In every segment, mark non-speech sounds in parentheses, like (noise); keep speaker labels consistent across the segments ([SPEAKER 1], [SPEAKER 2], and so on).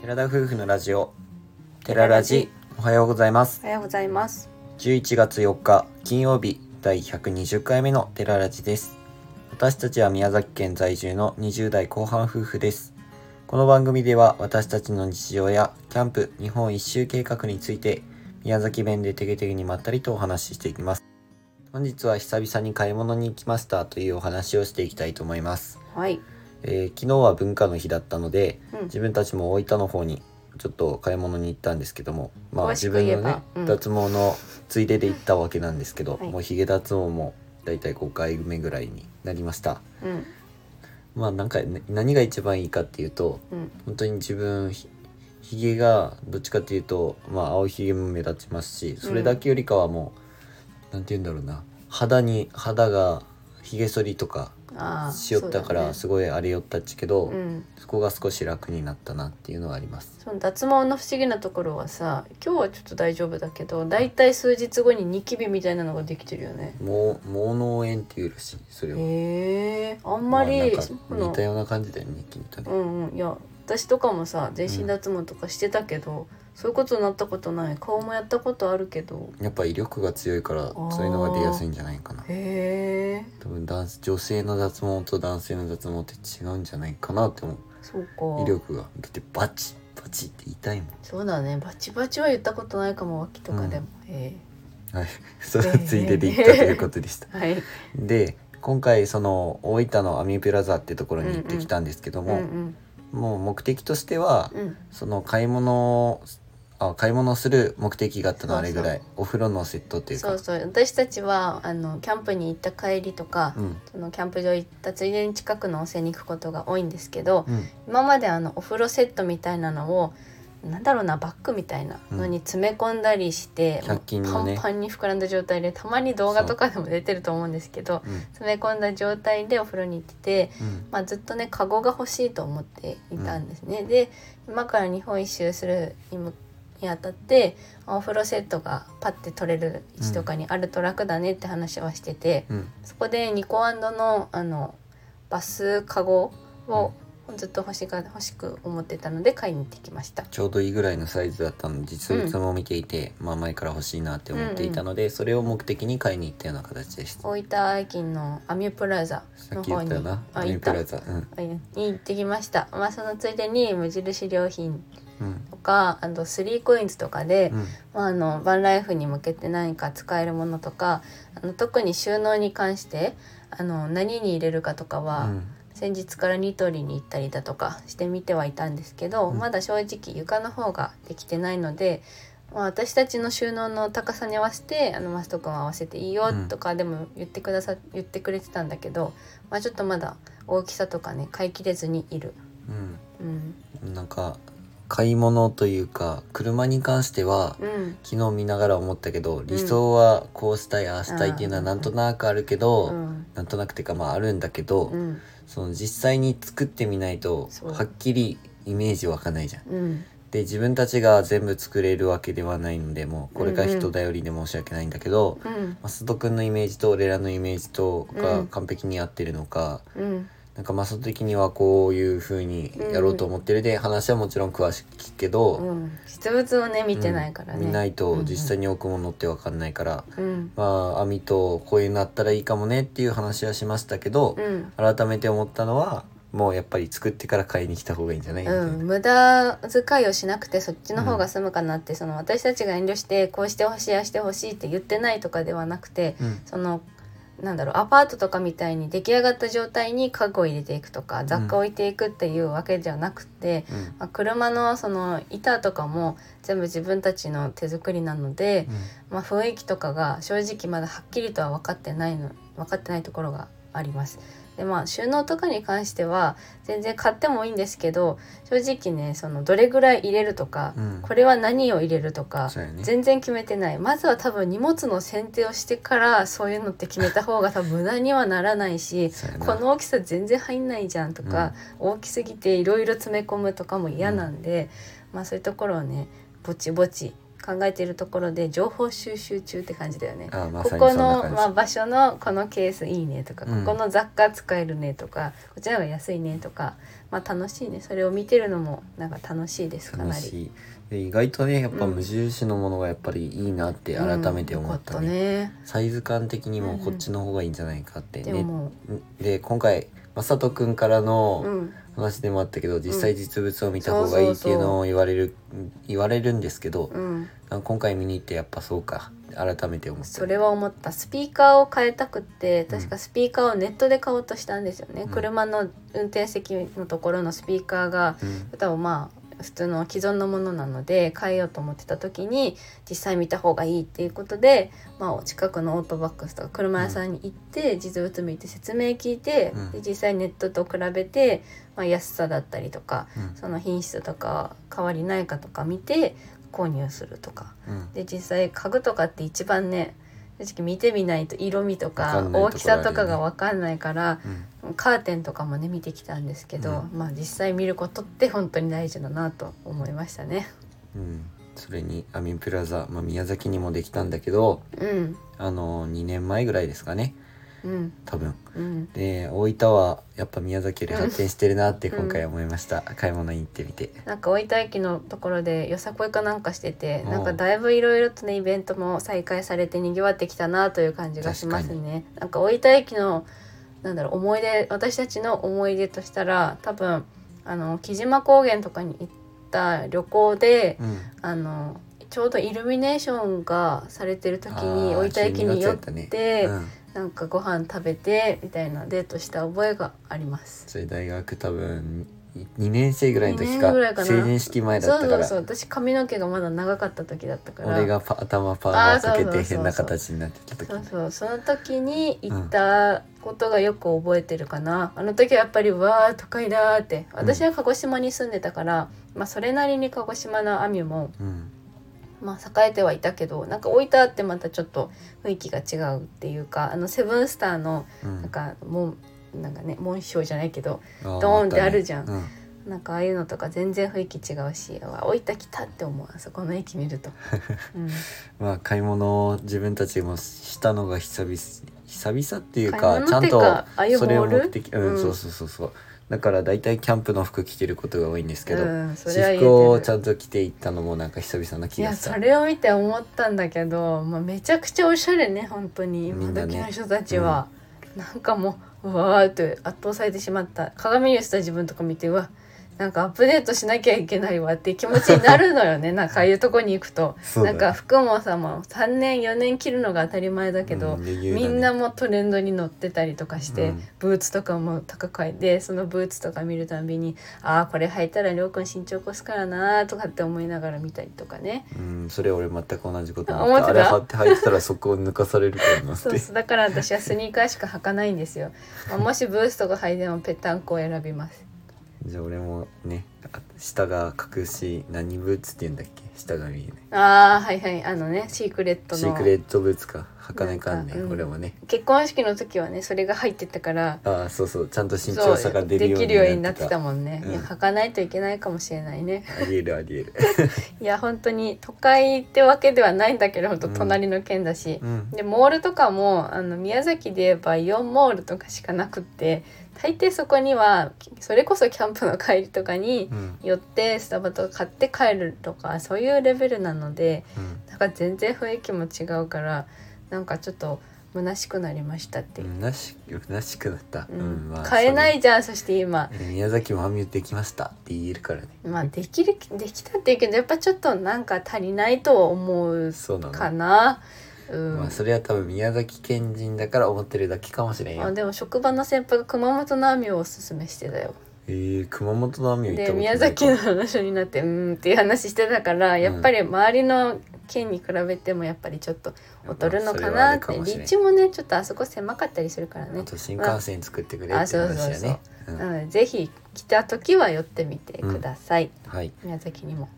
[SPEAKER 1] 寺田夫婦のラジオ寺ラジおはようございます
[SPEAKER 2] おはようございます。
[SPEAKER 1] 11月4日金曜日第120回目の寺ラジです私たちは宮崎県在住の20代後半夫婦ですこの番組では私たちの日常やキャンプ日本一周計画について宮崎弁でテゲテゲにまったりとお話ししていきます本日は久々に買い物に行きましたというお話をしていきたいと思います
[SPEAKER 2] はい。
[SPEAKER 1] えー昨日は文化の日だったので、
[SPEAKER 2] うん
[SPEAKER 1] 自分たちも大分の方にちょっと買い物に行ったんですけどもまあ
[SPEAKER 2] 詳
[SPEAKER 1] 自
[SPEAKER 2] しく
[SPEAKER 1] 分
[SPEAKER 2] 言え
[SPEAKER 1] の
[SPEAKER 2] ば
[SPEAKER 1] ね、
[SPEAKER 2] うん
[SPEAKER 1] 脱毛のついでで行ったわけなんですけど、
[SPEAKER 2] はい
[SPEAKER 1] もうヒゲ脱毛もだいたい5回目ぐらいになりました
[SPEAKER 2] うん。
[SPEAKER 1] まあなんかね何が一番いいかっていうと
[SPEAKER 2] うん。
[SPEAKER 1] 本当に自分ひひげがどっちかっていうとまあ青ひげも目立ちますしそれだけよりかはもう、なんて言うんだろうな肌に肌がひげ剃りとか
[SPEAKER 2] ああ。
[SPEAKER 1] しよったか
[SPEAKER 2] そうだ
[SPEAKER 1] ら
[SPEAKER 2] ね
[SPEAKER 1] すごいあれよったっちけど、
[SPEAKER 2] うん。
[SPEAKER 1] そこが少し楽になったなっていうのはあります。
[SPEAKER 2] その脱毛の不思議なところはさ、今日はちょっと大丈夫だけど、だいたい数日後にニキビみたいなのができてるよね。
[SPEAKER 1] もう毛脳炎っていうらしいそれは。
[SPEAKER 2] へえ。あん
[SPEAKER 1] あ
[SPEAKER 2] まり、
[SPEAKER 1] なんか
[SPEAKER 2] そ
[SPEAKER 1] 似
[SPEAKER 2] の
[SPEAKER 1] たような感じだよねニキビと
[SPEAKER 2] う
[SPEAKER 1] ね。
[SPEAKER 2] んうん。いや、私とかもさ、全身脱毛とかしてたけど、そういうことになったことない。顔もやったことあるけど。
[SPEAKER 1] やっぱ威力が強いからそういうのが出やすいんじゃないかな。
[SPEAKER 2] へえ。
[SPEAKER 1] 多分男性女性の脱毛と男性の脱毛って違うんじゃないかなって思
[SPEAKER 2] そう
[SPEAKER 1] う。威
[SPEAKER 2] か。
[SPEAKER 1] 力がだってバチッバチッって痛いもん。
[SPEAKER 2] そうだね。バチバチは言ったことないかも、脇とかでも。へ
[SPEAKER 1] はい、 (laughs) それはついでで行ったということでした。
[SPEAKER 2] え。はい。
[SPEAKER 1] (laughs) で今回その大分のアミュプラザってところに行ってきたんですけど
[SPEAKER 2] うんう
[SPEAKER 1] も、
[SPEAKER 2] ん。
[SPEAKER 1] もう目的としては
[SPEAKER 2] うん。
[SPEAKER 1] その買い物をあ買い物をする目的があったのはあれぐらいお風呂のセットっていうか
[SPEAKER 2] そうそう私たちはあのキャンプに行った帰りとか、
[SPEAKER 1] うん
[SPEAKER 2] そのキャンプ場行ったついでに近くの温泉に行くことが多いんですけど、
[SPEAKER 1] うん
[SPEAKER 2] 今まであのお風呂セットみたいなのをなんだろうなバッグみたいなのに詰め込んだりして、
[SPEAKER 1] うん100均のね
[SPEAKER 2] もうパンパンに膨らんだ状態でたまに動画とかでも出てると思うんですけど
[SPEAKER 1] うん
[SPEAKER 2] 詰め込んだ状態でお風呂に行ってて、
[SPEAKER 1] うん
[SPEAKER 2] まあ、ずっとねカゴが欲しいと思っていたんですね、で今から日本一周するにもにあたってあお風呂セットがパッて取れる位置とかにあると楽だねって話はしてて、
[SPEAKER 1] うん
[SPEAKER 2] そこでニコアンドのあのバスカゴをずっと欲しが欲しく思ってたので買いに行ってきました。
[SPEAKER 1] ちょうどいいぐらいのサイズだったので実物も見ていて、まあ前から欲しいなって思っていたので、それを目的に買いに行ったような形でした
[SPEAKER 2] 大分県のアミュプラザ
[SPEAKER 1] さ
[SPEAKER 2] の
[SPEAKER 1] っき言っ
[SPEAKER 2] 方
[SPEAKER 1] た
[SPEAKER 2] に
[SPEAKER 1] よな
[SPEAKER 2] あ
[SPEAKER 1] アミュプラザうん
[SPEAKER 2] 行ったに行ってきました。まあそのついでに無印良品
[SPEAKER 1] うん
[SPEAKER 2] とかあとスリーコインズとかで、
[SPEAKER 1] うん
[SPEAKER 2] まあ、あのバンライフに向けて何か使えるものとかあの特に収納に関してあの何に入れるかとかは、
[SPEAKER 1] うん
[SPEAKER 2] 先日からニトリに行ったりだとかしてみてはいたんですけど、
[SPEAKER 1] うん
[SPEAKER 2] まだ正直床の方ができてないので、まあ、私たちの収納の高さに合わせてあのマスト君は合わせていいよ
[SPEAKER 1] うん
[SPEAKER 2] とかでも言ってくださ、言ってくれてたんだけど、まあ、ちょっとまだ大きさとかね買い切れずにいる。うん、
[SPEAKER 1] うんなんか買い物というか車に関しては、
[SPEAKER 2] うん、
[SPEAKER 1] 昨日見ながら思ったけど理想はこうしたい、ああしたいっていうのはなんとなくあるけど、
[SPEAKER 2] うん、
[SPEAKER 1] なんとなくてかまああるんだけど、
[SPEAKER 2] うん、
[SPEAKER 1] その実際に作ってみないと
[SPEAKER 2] そう
[SPEAKER 1] はっきりイメージわかんないじゃん。
[SPEAKER 2] うん、
[SPEAKER 1] で自分たちが全部作れるわけではないのでもうこれが人頼りで申し訳ないんだけど、
[SPEAKER 2] うん、
[SPEAKER 1] マスト君のイメージと俺らのイメージと
[SPEAKER 2] う
[SPEAKER 1] が
[SPEAKER 2] ん
[SPEAKER 1] 完璧に合ってるのか、
[SPEAKER 2] うん。
[SPEAKER 1] なんかマスト的にはこういう風にやろうと思ってるで、話はもちろん詳しく聞くけど、
[SPEAKER 2] うん、実物をね見てないからね、
[SPEAKER 1] うん見ないと実際に置くものってわかんないから、
[SPEAKER 2] うん
[SPEAKER 1] まあ網とこういうのあったらいいかもねっていう話はしましたけど、
[SPEAKER 2] うん、
[SPEAKER 1] 改めて思ったのはもうやっぱり作ってから買いに来た方がいいんじゃないみ
[SPEAKER 2] う
[SPEAKER 1] たいな、
[SPEAKER 2] ん、無駄遣いをしなくてそっちの方が済むかなって、その私たちが遠慮してこうしてほしいああしてほしいって言ってないとかではなくて
[SPEAKER 1] うん
[SPEAKER 2] そのなんだろうアパートとかみたいに出来上がった状態に家具を入れていくとか雑貨を置いていくっていうわけじゃなくて、
[SPEAKER 1] うん
[SPEAKER 2] まあ、車のその板とかも全部自分たちの手作りなので、まあ、雰囲気とかが正直まだはっきりとは分かってないの分かってないところがあります。でまあ収納とかに関しては全然買ってもいいんですけど正直ねそのどれぐらい入れるとか、
[SPEAKER 1] うんうん
[SPEAKER 2] これは何を入れるとか、
[SPEAKER 1] そうやね
[SPEAKER 2] 全然決めてないまずは多分荷物の選定をしてからそういうのって決めた方が多分無駄にはならないし
[SPEAKER 1] そうやな
[SPEAKER 2] この大きさ全然入んないじゃんとか、大きすぎていろいろ詰め込むとかも嫌なんで、まあそういうところをねぼちぼち考えているところで情報収集中って感じだよね。
[SPEAKER 1] あーま
[SPEAKER 2] こ
[SPEAKER 1] さにそ
[SPEAKER 2] こ
[SPEAKER 1] んな
[SPEAKER 2] の、
[SPEAKER 1] 感じ
[SPEAKER 2] まあ、場所のこのケースいいねとか、
[SPEAKER 1] うん
[SPEAKER 2] ここの雑貨使えるねとかこっちの方が安いねとか、まあ、楽しいねそれを見てるのもなんか楽しいですか
[SPEAKER 1] 楽
[SPEAKER 2] なり。
[SPEAKER 1] しいで意外とねやっぱ
[SPEAKER 2] うん
[SPEAKER 1] 無印のものがやっぱりいいなって改めて思ったね,、
[SPEAKER 2] うんよかっ
[SPEAKER 1] サイズ感的に
[SPEAKER 2] う
[SPEAKER 1] も
[SPEAKER 2] んうん
[SPEAKER 1] こっちの方がいいんじゃないかって
[SPEAKER 2] たねで
[SPEAKER 1] ね、
[SPEAKER 2] も、
[SPEAKER 1] で今回まさとくんから
[SPEAKER 2] う
[SPEAKER 1] の
[SPEAKER 2] ん、
[SPEAKER 1] 話でもあったけど、実際実物を見た
[SPEAKER 2] そう
[SPEAKER 1] 方がいいっていう
[SPEAKER 2] そう
[SPEAKER 1] の
[SPEAKER 2] そ
[SPEAKER 1] を言われる言われるんですけど、
[SPEAKER 2] うん、
[SPEAKER 1] 今回見に行ってやっぱそうか改めて思った
[SPEAKER 2] それは思ったスピーカーを変えたくって
[SPEAKER 1] うん
[SPEAKER 2] 確かスピーカーをネットで買おうとしたんですよね、
[SPEAKER 1] うん
[SPEAKER 2] 車の運転席のところのスピーカーが
[SPEAKER 1] うん
[SPEAKER 2] 歌をまあ普通の既存のものなので変えようと思ってた時に実際見た方がいいっていうことで、まあ、お近くのオートバックスとか車屋さんに行って、実物見て説明聞いて、
[SPEAKER 1] うん
[SPEAKER 2] で実際ネットと比べて、まあ、安さだったりとか
[SPEAKER 1] うん
[SPEAKER 2] その品質とか変わりないかとか見て購入するとか
[SPEAKER 1] うん
[SPEAKER 2] で実際家具とかって一番ね正直見てみないと色味と
[SPEAKER 1] わか
[SPEAKER 2] か
[SPEAKER 1] んないところあ
[SPEAKER 2] 大
[SPEAKER 1] るよね
[SPEAKER 2] きさとかが分かんないから、
[SPEAKER 1] うん
[SPEAKER 2] カーテンとかもね見てきたんですけど、まあ実際見ることって本当に大事だなと思いましたね。
[SPEAKER 1] うん、それにアミンプラザ、まあ、宮崎にもできたんだけど
[SPEAKER 2] うん、
[SPEAKER 1] あの2年前ぐらいですかね
[SPEAKER 2] うん、
[SPEAKER 1] 多分
[SPEAKER 2] うん。
[SPEAKER 1] で大分はやっぱ宮崎より発展してるなって今回思いました、買い物に行ってみて
[SPEAKER 2] なんか大分駅のところでよさこいかなんかしてて、
[SPEAKER 1] うん
[SPEAKER 2] なんかだいぶいろいろとねイベントも再開されて賑わってきたなという感じがしますね。なんか大分駅のなんだろう思い出私たちの思い出としたら多分あの木島高原とかに行った旅行で、
[SPEAKER 1] うん
[SPEAKER 2] あのちょうどイルミネーションがされてる時
[SPEAKER 1] あ
[SPEAKER 2] に
[SPEAKER 1] ー
[SPEAKER 2] 大分駅に寄
[SPEAKER 1] 12月や
[SPEAKER 2] っ
[SPEAKER 1] たね
[SPEAKER 2] て、
[SPEAKER 1] うん、
[SPEAKER 2] なんかご飯食べてみたいなデートした覚えがあります。
[SPEAKER 1] それ大学多分2年生ぐらいの時か
[SPEAKER 2] 二年ぐらいかな
[SPEAKER 1] 成人式前だった
[SPEAKER 2] そう
[SPEAKER 1] か
[SPEAKER 2] そ
[SPEAKER 1] ら
[SPEAKER 2] うそう私髪の毛がまだ長かった時だったから
[SPEAKER 1] 俺がパ頭パーマかけ
[SPEAKER 2] あーそうそうそう
[SPEAKER 1] て
[SPEAKER 2] そう
[SPEAKER 1] 変な形になってきた時
[SPEAKER 2] そうそうその時に行ったことがよく覚えてるかな、あの時はやっぱりうわあ都会だーって私は鹿児島に住んでたから、まあそれなりに鹿児島の網も、
[SPEAKER 1] うん
[SPEAKER 2] まあ、栄えてはいたけどなんか置いてあってまたちょっと雰囲気が違うっていうかあのセブンスターの
[SPEAKER 1] うん
[SPEAKER 2] なんかもうなんかね紋章じゃないけど
[SPEAKER 1] ド
[SPEAKER 2] ドーンってあるじゃん
[SPEAKER 1] うん、
[SPEAKER 2] なんかああいうのとか全然雰囲気違うしあ置いたきたって思うあそこの駅見
[SPEAKER 1] (laughs)
[SPEAKER 2] ると、うん、
[SPEAKER 1] まあ買い物を自分たちもしたのが久々久々っていう
[SPEAKER 2] 買
[SPEAKER 1] か
[SPEAKER 2] い
[SPEAKER 1] ち
[SPEAKER 2] 物
[SPEAKER 1] ゃ
[SPEAKER 2] っ
[SPEAKER 1] ん
[SPEAKER 2] ていうかああい
[SPEAKER 1] と
[SPEAKER 2] う
[SPEAKER 1] それを
[SPEAKER 2] モール
[SPEAKER 1] 目的うん、
[SPEAKER 2] うん
[SPEAKER 1] そうそうそうそうだから大体キャンプの服着てることが多いんですけど、
[SPEAKER 2] うん、それ
[SPEAKER 1] 私
[SPEAKER 2] は言えてる
[SPEAKER 1] 服をちゃんと着ていったのもなんか久々な気
[SPEAKER 2] い
[SPEAKER 1] が
[SPEAKER 2] や
[SPEAKER 1] した
[SPEAKER 2] それを見て思ったんだけど、まあ、めちゃくちゃおしゃれね本当に
[SPEAKER 1] み
[SPEAKER 2] 今
[SPEAKER 1] んなね
[SPEAKER 2] 時の人たちは、なんかもううわーって圧倒されてしまった鏡に映った自分とか見てうわなんかアップデートしなきゃいけないわって気持ちになるの
[SPEAKER 1] (laughs)
[SPEAKER 2] よねなんかああいうとこに行くと、
[SPEAKER 1] そうだね
[SPEAKER 2] なんか服もさもう3年4年着るのが当たり前だけ
[SPEAKER 1] う
[SPEAKER 2] ど、
[SPEAKER 1] ん余裕だね
[SPEAKER 2] みんなもトレンドに乗ってたりとかして、
[SPEAKER 1] うん
[SPEAKER 2] ブーツとかも高く買えてそのブーツとか見るたんびにああこれ履いたらりょうくん身長越すからなーとかって思いながら見たりとかね
[SPEAKER 1] うんそれ俺全く同じこと思
[SPEAKER 2] 思
[SPEAKER 1] っ
[SPEAKER 2] ってて
[SPEAKER 1] あれ
[SPEAKER 2] た
[SPEAKER 1] 貼って履いてたらそこを抜かされるからなって
[SPEAKER 2] そうそうだから私はスニーカーしか履かないんで
[SPEAKER 1] (laughs)
[SPEAKER 2] すよ、まあもしブースとか履いてもぺったんこを選びます
[SPEAKER 1] じゃあ俺もねあ下が隠し何ブーツって言うんだっけ下が見えない
[SPEAKER 2] あーはいはいあのねシークレット
[SPEAKER 1] シークレ
[SPEAKER 2] の
[SPEAKER 1] ットブーツか履かないかんね
[SPEAKER 2] なんかうん
[SPEAKER 1] 俺はね
[SPEAKER 2] 結婚式の時はねそれが入ってたから
[SPEAKER 1] ああそうそうちゃんと身
[SPEAKER 2] そ
[SPEAKER 1] 長
[SPEAKER 2] う
[SPEAKER 1] 差が出
[SPEAKER 2] で
[SPEAKER 1] るよう
[SPEAKER 2] き
[SPEAKER 1] に
[SPEAKER 2] るようになってた
[SPEAKER 1] ん
[SPEAKER 2] もんね、
[SPEAKER 1] うん
[SPEAKER 2] いや履かないといけないかもしれないね
[SPEAKER 1] ありえるありえる
[SPEAKER 2] いや本当に都会ってわけではないんだけど本当
[SPEAKER 1] うん
[SPEAKER 2] 隣の県だし、
[SPEAKER 1] うん
[SPEAKER 2] でモールとかもあの宮崎で言えばイオンモールとかしかなくって大抵そこにはそれこそキャンプの帰りとかに、
[SPEAKER 1] うん
[SPEAKER 2] 寄ってスタバとか買って帰るとかそういうレベルなので
[SPEAKER 1] うん
[SPEAKER 2] なんか全然雰囲気も違うからなんかちょっと虚しくなりましたっていう、
[SPEAKER 1] なしなしくなった、
[SPEAKER 2] うん
[SPEAKER 1] うんまあ
[SPEAKER 2] 買えないじゃんそして今
[SPEAKER 1] それ宮崎もアミューできましたって言えるからね
[SPEAKER 2] まあできるできたっていうけどやっぱちょっとなんか足りないとは思う
[SPEAKER 1] そうなの
[SPEAKER 2] かなう
[SPEAKER 1] まあ
[SPEAKER 2] ん、
[SPEAKER 1] それは多分宮崎県人だから思ってるだけかもしれん
[SPEAKER 2] あ
[SPEAKER 1] よ
[SPEAKER 2] でも職場の先輩が熊本の網をおすすめしてたよ
[SPEAKER 1] えー、熊本のアミュー行ったこと
[SPEAKER 2] で
[SPEAKER 1] ない
[SPEAKER 2] 宮崎の話になってうーんっていう話してたからやっぱり周りの県に比べてもやっぱりちょっと劣るの
[SPEAKER 1] まあそれ
[SPEAKER 2] かなって、
[SPEAKER 1] はあるかもしれん
[SPEAKER 2] 立地もねちょっとあそこ狭かったりするからね
[SPEAKER 1] あ、と新幹線作ってくれ
[SPEAKER 2] あ
[SPEAKER 1] って話やね。う
[SPEAKER 2] なんのでぜひ来た時は寄ってみてください、
[SPEAKER 1] はい、
[SPEAKER 2] 宮崎にも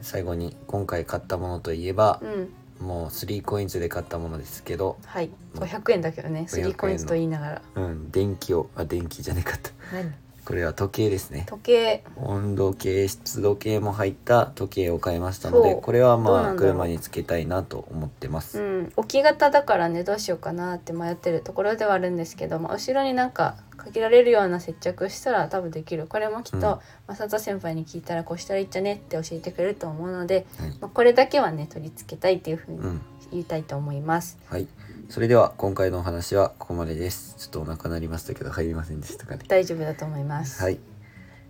[SPEAKER 1] 最後に今回買ったものといえば
[SPEAKER 2] う、ん
[SPEAKER 1] もう 3COINS で買ったものですけど、
[SPEAKER 2] はい500円だけどね
[SPEAKER 1] 500円の
[SPEAKER 2] 3COINS と言いながら
[SPEAKER 1] うん、電気をあ電気じゃなかった
[SPEAKER 2] 何
[SPEAKER 1] これは時計ですね
[SPEAKER 2] 時計
[SPEAKER 1] 温度計湿度計も入った時計を買いましたので
[SPEAKER 2] そう
[SPEAKER 1] これは
[SPEAKER 2] どう
[SPEAKER 1] ま
[SPEAKER 2] な
[SPEAKER 1] あ
[SPEAKER 2] んだろう
[SPEAKER 1] 車につけたいなと思ってま
[SPEAKER 2] う
[SPEAKER 1] す、
[SPEAKER 2] ん置き型だからねどうしようかなって迷ってるところではあるんですけど、まあ、後ろになんかかけられるような接着したら多分できるこれもきっ
[SPEAKER 1] うん
[SPEAKER 2] と正人先輩に聞いたらこうしたらいいんじゃねって教えてくれると思うので、
[SPEAKER 1] はい
[SPEAKER 2] まあ、これだけはね取り付けたいっていうふう
[SPEAKER 1] う
[SPEAKER 2] に
[SPEAKER 1] ん
[SPEAKER 2] 言いたいと思います。
[SPEAKER 1] はいそれでは今回のお話はここまでですちょっとお腹鳴りましたけど入りませんでしたかね
[SPEAKER 2] 大丈夫だと思います。
[SPEAKER 1] はい。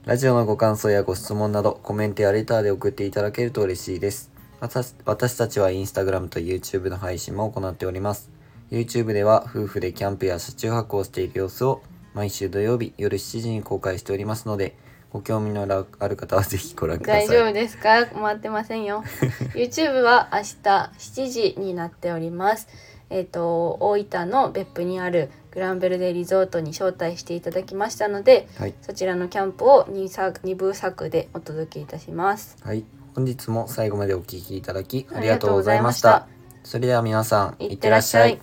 [SPEAKER 1] ラジオのご感想やご質問など、コメントやレターで送っていただけると嬉しいです。私私たちはインスタグラムと YouTube の配信も行っております。YouTube では夫婦でキャンプや車中泊をしている様子を毎週土曜日夜7時に公開しておりますので、ご興味のあるある方はぜひご覧ください。
[SPEAKER 2] 大丈夫ですか回ってませんよ (laughs) YouTube は明日7時になっておりますえっ、と大分の別府にあるグランベルデリゾートに招待していただきましたので
[SPEAKER 1] はい。
[SPEAKER 2] そちらのキャンプを 2, 作2部作でお届けいたします
[SPEAKER 1] はい。本日も最後までお聞きいただきありがとうございました。
[SPEAKER 2] ありがとうござい
[SPEAKER 1] それでは皆さん、
[SPEAKER 2] いってらっしゃい